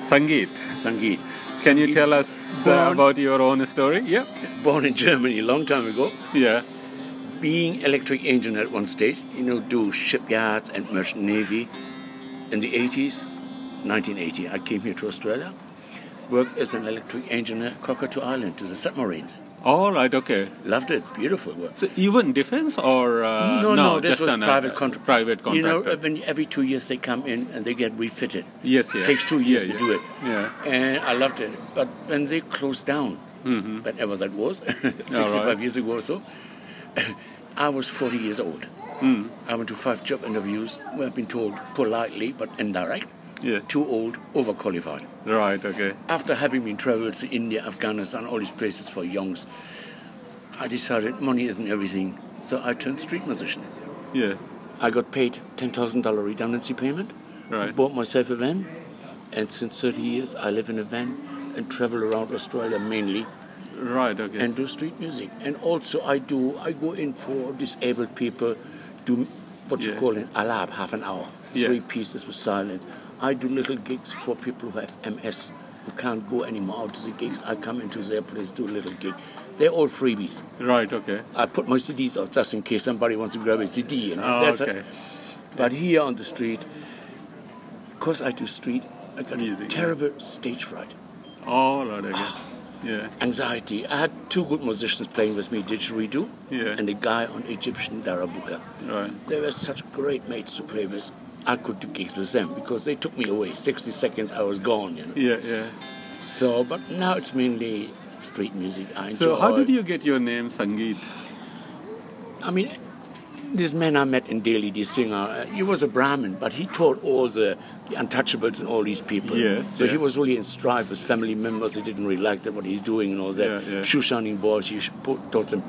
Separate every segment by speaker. Speaker 1: Sangeet.
Speaker 2: Sangeet.
Speaker 1: Can you tell us uh,
Speaker 2: Born-
Speaker 1: about your own story? Yeah.
Speaker 2: Born in Germany a long time ago,
Speaker 1: Yeah.
Speaker 2: being electric engine at one stage, you know, do shipyards and merchant navy. In the 80s, 1980, I came here to Australia, worked as an electric engineer, Cockatoo Island, to the submarines.
Speaker 1: All right. Okay.
Speaker 2: Loved it, beautiful work.
Speaker 1: So even defense or uh,
Speaker 2: no, no, this
Speaker 1: just
Speaker 2: was
Speaker 1: an, uh,
Speaker 2: private contract.
Speaker 1: Private
Speaker 2: You know, uh,
Speaker 1: contractor.
Speaker 2: when every two years they come in and they get refitted.
Speaker 1: Yes, yeah.
Speaker 2: Takes two years
Speaker 1: Yeah,
Speaker 2: to
Speaker 1: yeah.
Speaker 2: do it.
Speaker 1: Yeah.
Speaker 2: And I loved it. But when they closed down, whenever that was, 65
Speaker 1: Mm-hmm. All right.
Speaker 2: years ago or so, I was 40 years old.
Speaker 1: Mm.
Speaker 2: I went to five job interviews where I've been told politely but indirect,
Speaker 1: Yeah.
Speaker 2: too old, overqualified.
Speaker 1: right. Okay.
Speaker 2: After having been traveled to India, Afghanistan, all these places for youngs, I decided money isn't everything. So I turned street musician.
Speaker 1: Yeah.
Speaker 2: I got paid ten thousand dollar redundancy payment.
Speaker 1: Right.
Speaker 2: Bought myself a van, and since thirty years I live in a van and travel around Australia mainly
Speaker 1: Right. Okay.
Speaker 2: and do street music. And also I do I go in for disabled people, do what you
Speaker 1: Yeah.
Speaker 2: call an alab, half an hour,
Speaker 1: Yeah.
Speaker 2: three pieces with silence. I do little gigs for people who have MS who can't go anymore out to the gigs. I come into their place, do a little gig. They're all freebies.
Speaker 1: right. Okay.
Speaker 2: I put my CDs out just in case somebody wants to grab a CD. You know?
Speaker 1: Oh,
Speaker 2: That's a-
Speaker 1: okay.
Speaker 2: but here on the street, because I do street, I got
Speaker 1: Music,
Speaker 2: a
Speaker 1: yeah.
Speaker 2: terrible stage fright,
Speaker 1: All right. Okay. yeah.
Speaker 2: anxiety. I had two good musicians playing with me, Didgeridoo
Speaker 1: Yeah.
Speaker 2: and a guy on Egyptian Darabuka.
Speaker 1: Right.
Speaker 2: They were such great mates to play with. I could do gigs with them because they took me away. 60 seconds, I was gone, you know.
Speaker 1: Yeah. Yeah.
Speaker 2: So, but now it's mainly street music. I enjoy.
Speaker 1: So how did you get your name, Sangeet?
Speaker 2: I mean, this man I met in Delhi, this singer, uh, he was a Brahmin, but he taught all the, the untouchables and all these people.
Speaker 1: Yes,
Speaker 2: So
Speaker 1: yeah.
Speaker 2: he was really in strife with family members. They didn't really like that, what he's doing and all that.
Speaker 1: Yeah, yeah.
Speaker 2: Shoe shining boys, he sh- put- taught them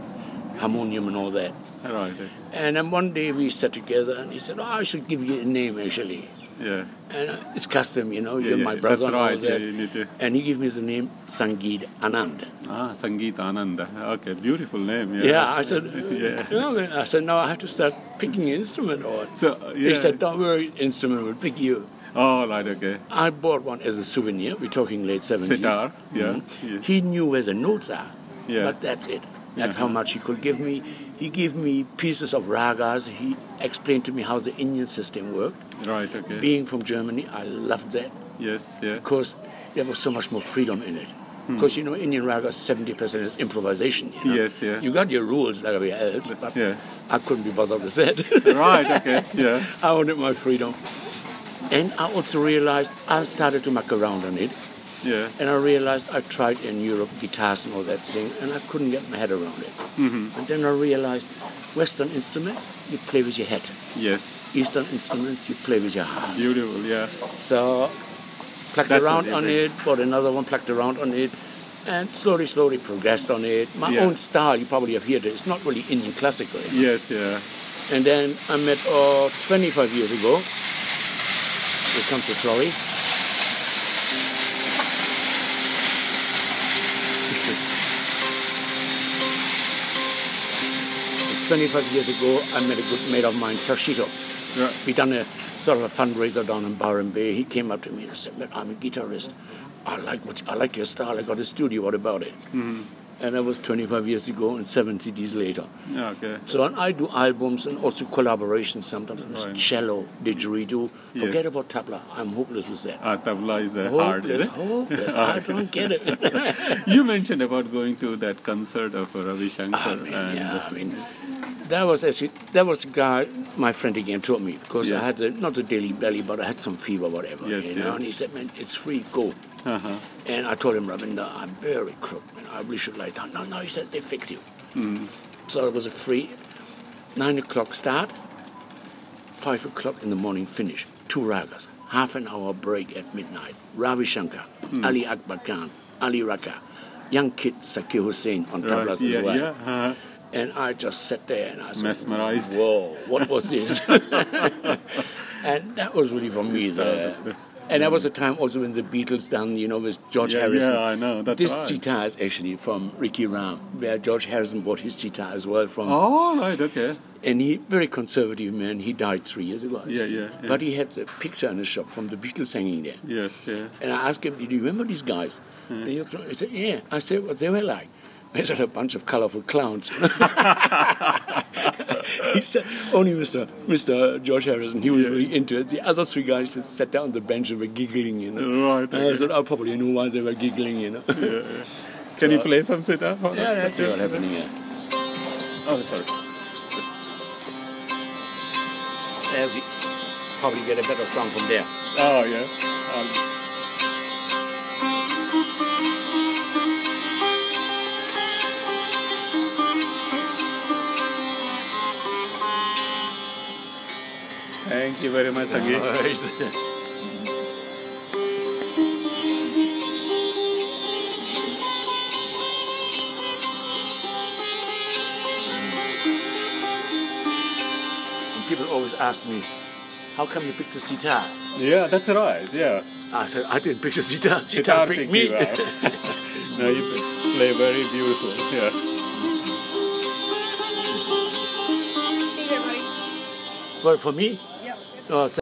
Speaker 2: harmonium and all that.
Speaker 1: Right. okay.
Speaker 2: And then one day we sat together and he said, oh, I should give you a name actually.
Speaker 1: Yeah.
Speaker 2: And uh, it's custom, you know, you're
Speaker 1: yeah,
Speaker 2: my
Speaker 1: yeah,
Speaker 2: brother
Speaker 1: that's
Speaker 2: and all
Speaker 1: right, yeah,
Speaker 2: that.
Speaker 1: you need to-
Speaker 2: And he gave me the name Sangeet Anand.
Speaker 1: Ah, Sangeet Ananda. Okay. Beautiful name. Yeah.
Speaker 2: Yeah, I said,
Speaker 1: Yeah.
Speaker 2: you know, I said, no, I have to start picking an instrument or
Speaker 1: So yeah.
Speaker 2: He said, "Don't worry, instrument will pick you."
Speaker 1: All right. Okay.
Speaker 2: I bought one as a souvenir. We're talking late seventies. Mm-hmm.
Speaker 1: Sitar, yeah, yeah.
Speaker 2: He knew where the notes are.
Speaker 1: Yeah.
Speaker 2: But that's it. That's how much he could give me. He gave me pieces of ragas. He explained to me how the Indian system worked.
Speaker 1: Right. Okay.
Speaker 2: Being from Germany, I loved that
Speaker 1: yes. Yeah.
Speaker 2: because there was so much more freedom in it. Because you know, Indian ragas, seventy percent is improvisation. You know?
Speaker 1: Hmm. Yes, yeah.
Speaker 2: You got your rules like everybody else, but
Speaker 1: Yeah.
Speaker 2: I couldn't be bothered with that.
Speaker 1: right. Okay. Yeah.
Speaker 2: I wanted my freedom. And I also realized I started to muck around on it.
Speaker 1: Yeah.
Speaker 2: And I realized I tried in Europe guitars and all that thing, and I couldn't get my head around it.
Speaker 1: Mm-hmm.
Speaker 2: And then I realized Western instruments, you play with your head.
Speaker 1: Yes.
Speaker 2: Eastern instruments, you play with your heart.
Speaker 1: Beautiful. Yeah.
Speaker 2: So, plucked
Speaker 1: That's
Speaker 2: around
Speaker 1: what
Speaker 2: on
Speaker 1: they
Speaker 2: it, bought another one, plucked around on it, and slowly, slowly progressed on it. My
Speaker 1: Yeah.
Speaker 2: own style, you probably have heard it, it's not really Indian classical.
Speaker 1: Yes. Yeah.
Speaker 2: And then I met uh, 25 years ago. Here comes the trolley. Twenty-five years ago, I met a good mate of mine, Toshito.
Speaker 1: Right.
Speaker 2: We done a sort of a fundraiser down in Byron Bay. He came up to me and said, "Man, I'm a guitarist. I like what I like your style. I got a studio. What about it?" And that was 25 years ago, and seven CDs later.
Speaker 1: Okay.
Speaker 2: So and I do albums and also collaborations sometimes with
Speaker 1: Right.
Speaker 2: cello, didgeridoo.
Speaker 1: Yes.
Speaker 2: Forget about tabla. I'm hopeless with that.
Speaker 1: Ah, tabla is
Speaker 2: Oh,
Speaker 1: a hard, is
Speaker 2: Hopeless,
Speaker 1: it?
Speaker 2: hopeless. I don't get it.
Speaker 1: You mentioned about going to that concert of Ravi Shankar.
Speaker 2: I mean,
Speaker 1: and
Speaker 2: Ah,
Speaker 1: uh,
Speaker 2: yeah, I mean, that was actually that was a guy my friend again told me because
Speaker 1: Yeah.
Speaker 2: I had the, not the daily belly, but I had some fever, whatever.
Speaker 1: Yes,
Speaker 2: you know,
Speaker 1: yeah.
Speaker 2: and he said, "Man, it's free, go."
Speaker 1: Uh-huh.
Speaker 2: And I told him, Ravinda, I'm very crook, man. I really should lie down. No, no, he said they fix you.
Speaker 1: Hmm.
Speaker 2: So it was a free nine o'clock start, five o'clock in the morning finish. Two ragas, half an hour break at midnight. Ravi Shankar,
Speaker 1: Hmm.
Speaker 2: Ali Akbar Khan, Ali Raka, young kid Saki Hussein on
Speaker 1: Right,
Speaker 2: tablas
Speaker 1: yeah,
Speaker 2: as well.
Speaker 1: yeah, uh-huh.
Speaker 2: And I just sat there and I was
Speaker 1: Mesmerized.
Speaker 2: Whoa, what was this? And that was really for me. The, and that was a time also when the Beatles done, you know, with George
Speaker 1: Yeah,
Speaker 2: Harrison.
Speaker 1: yeah, I know, that's
Speaker 2: This
Speaker 1: right.
Speaker 2: sitar is actually from Ricky Ram, where George Harrison bought his sitar as well from.
Speaker 1: All right, okay.
Speaker 2: And he, very conservative man, he died three years ago. I
Speaker 1: Yeah,
Speaker 2: think.
Speaker 1: yeah, yeah.
Speaker 2: But he had a picture in his shop from the Beatles hanging there.
Speaker 1: Yes, yeah.
Speaker 2: And I asked him, "Did you remember these guys?"
Speaker 1: Hmm.
Speaker 2: And he looked at me and said, "Yeah." I said, "What they were like?" They said, "A bunch of colorful clowns." he said, "Only Mr. Mr. George Harrison. He was really into it. The other three guys just sat down on the bench and were giggling, you know."
Speaker 1: Right,
Speaker 2: And I
Speaker 1: okay.
Speaker 2: said, "I probably knew why they were giggling, you know." yeah,
Speaker 1: Can you play some sitar for us?
Speaker 2: that's what happening here.
Speaker 1: Oh, sorry.
Speaker 2: There's it. Probably get a better sound from there.
Speaker 1: Oh, yeah. Um, Thank you very much again.
Speaker 2: And people always ask me, "How come you picked the sitar?"
Speaker 1: Yeah, that's right. Yeah.
Speaker 2: I said, "I didn't pick the sitar.
Speaker 1: Guitar
Speaker 2: Sitar
Speaker 1: pick
Speaker 2: picked me."
Speaker 1: you out. no, you play very beautiful. Yeah.
Speaker 3: See you, everybody.
Speaker 2: well, for me,
Speaker 3: Yep.
Speaker 2: uh,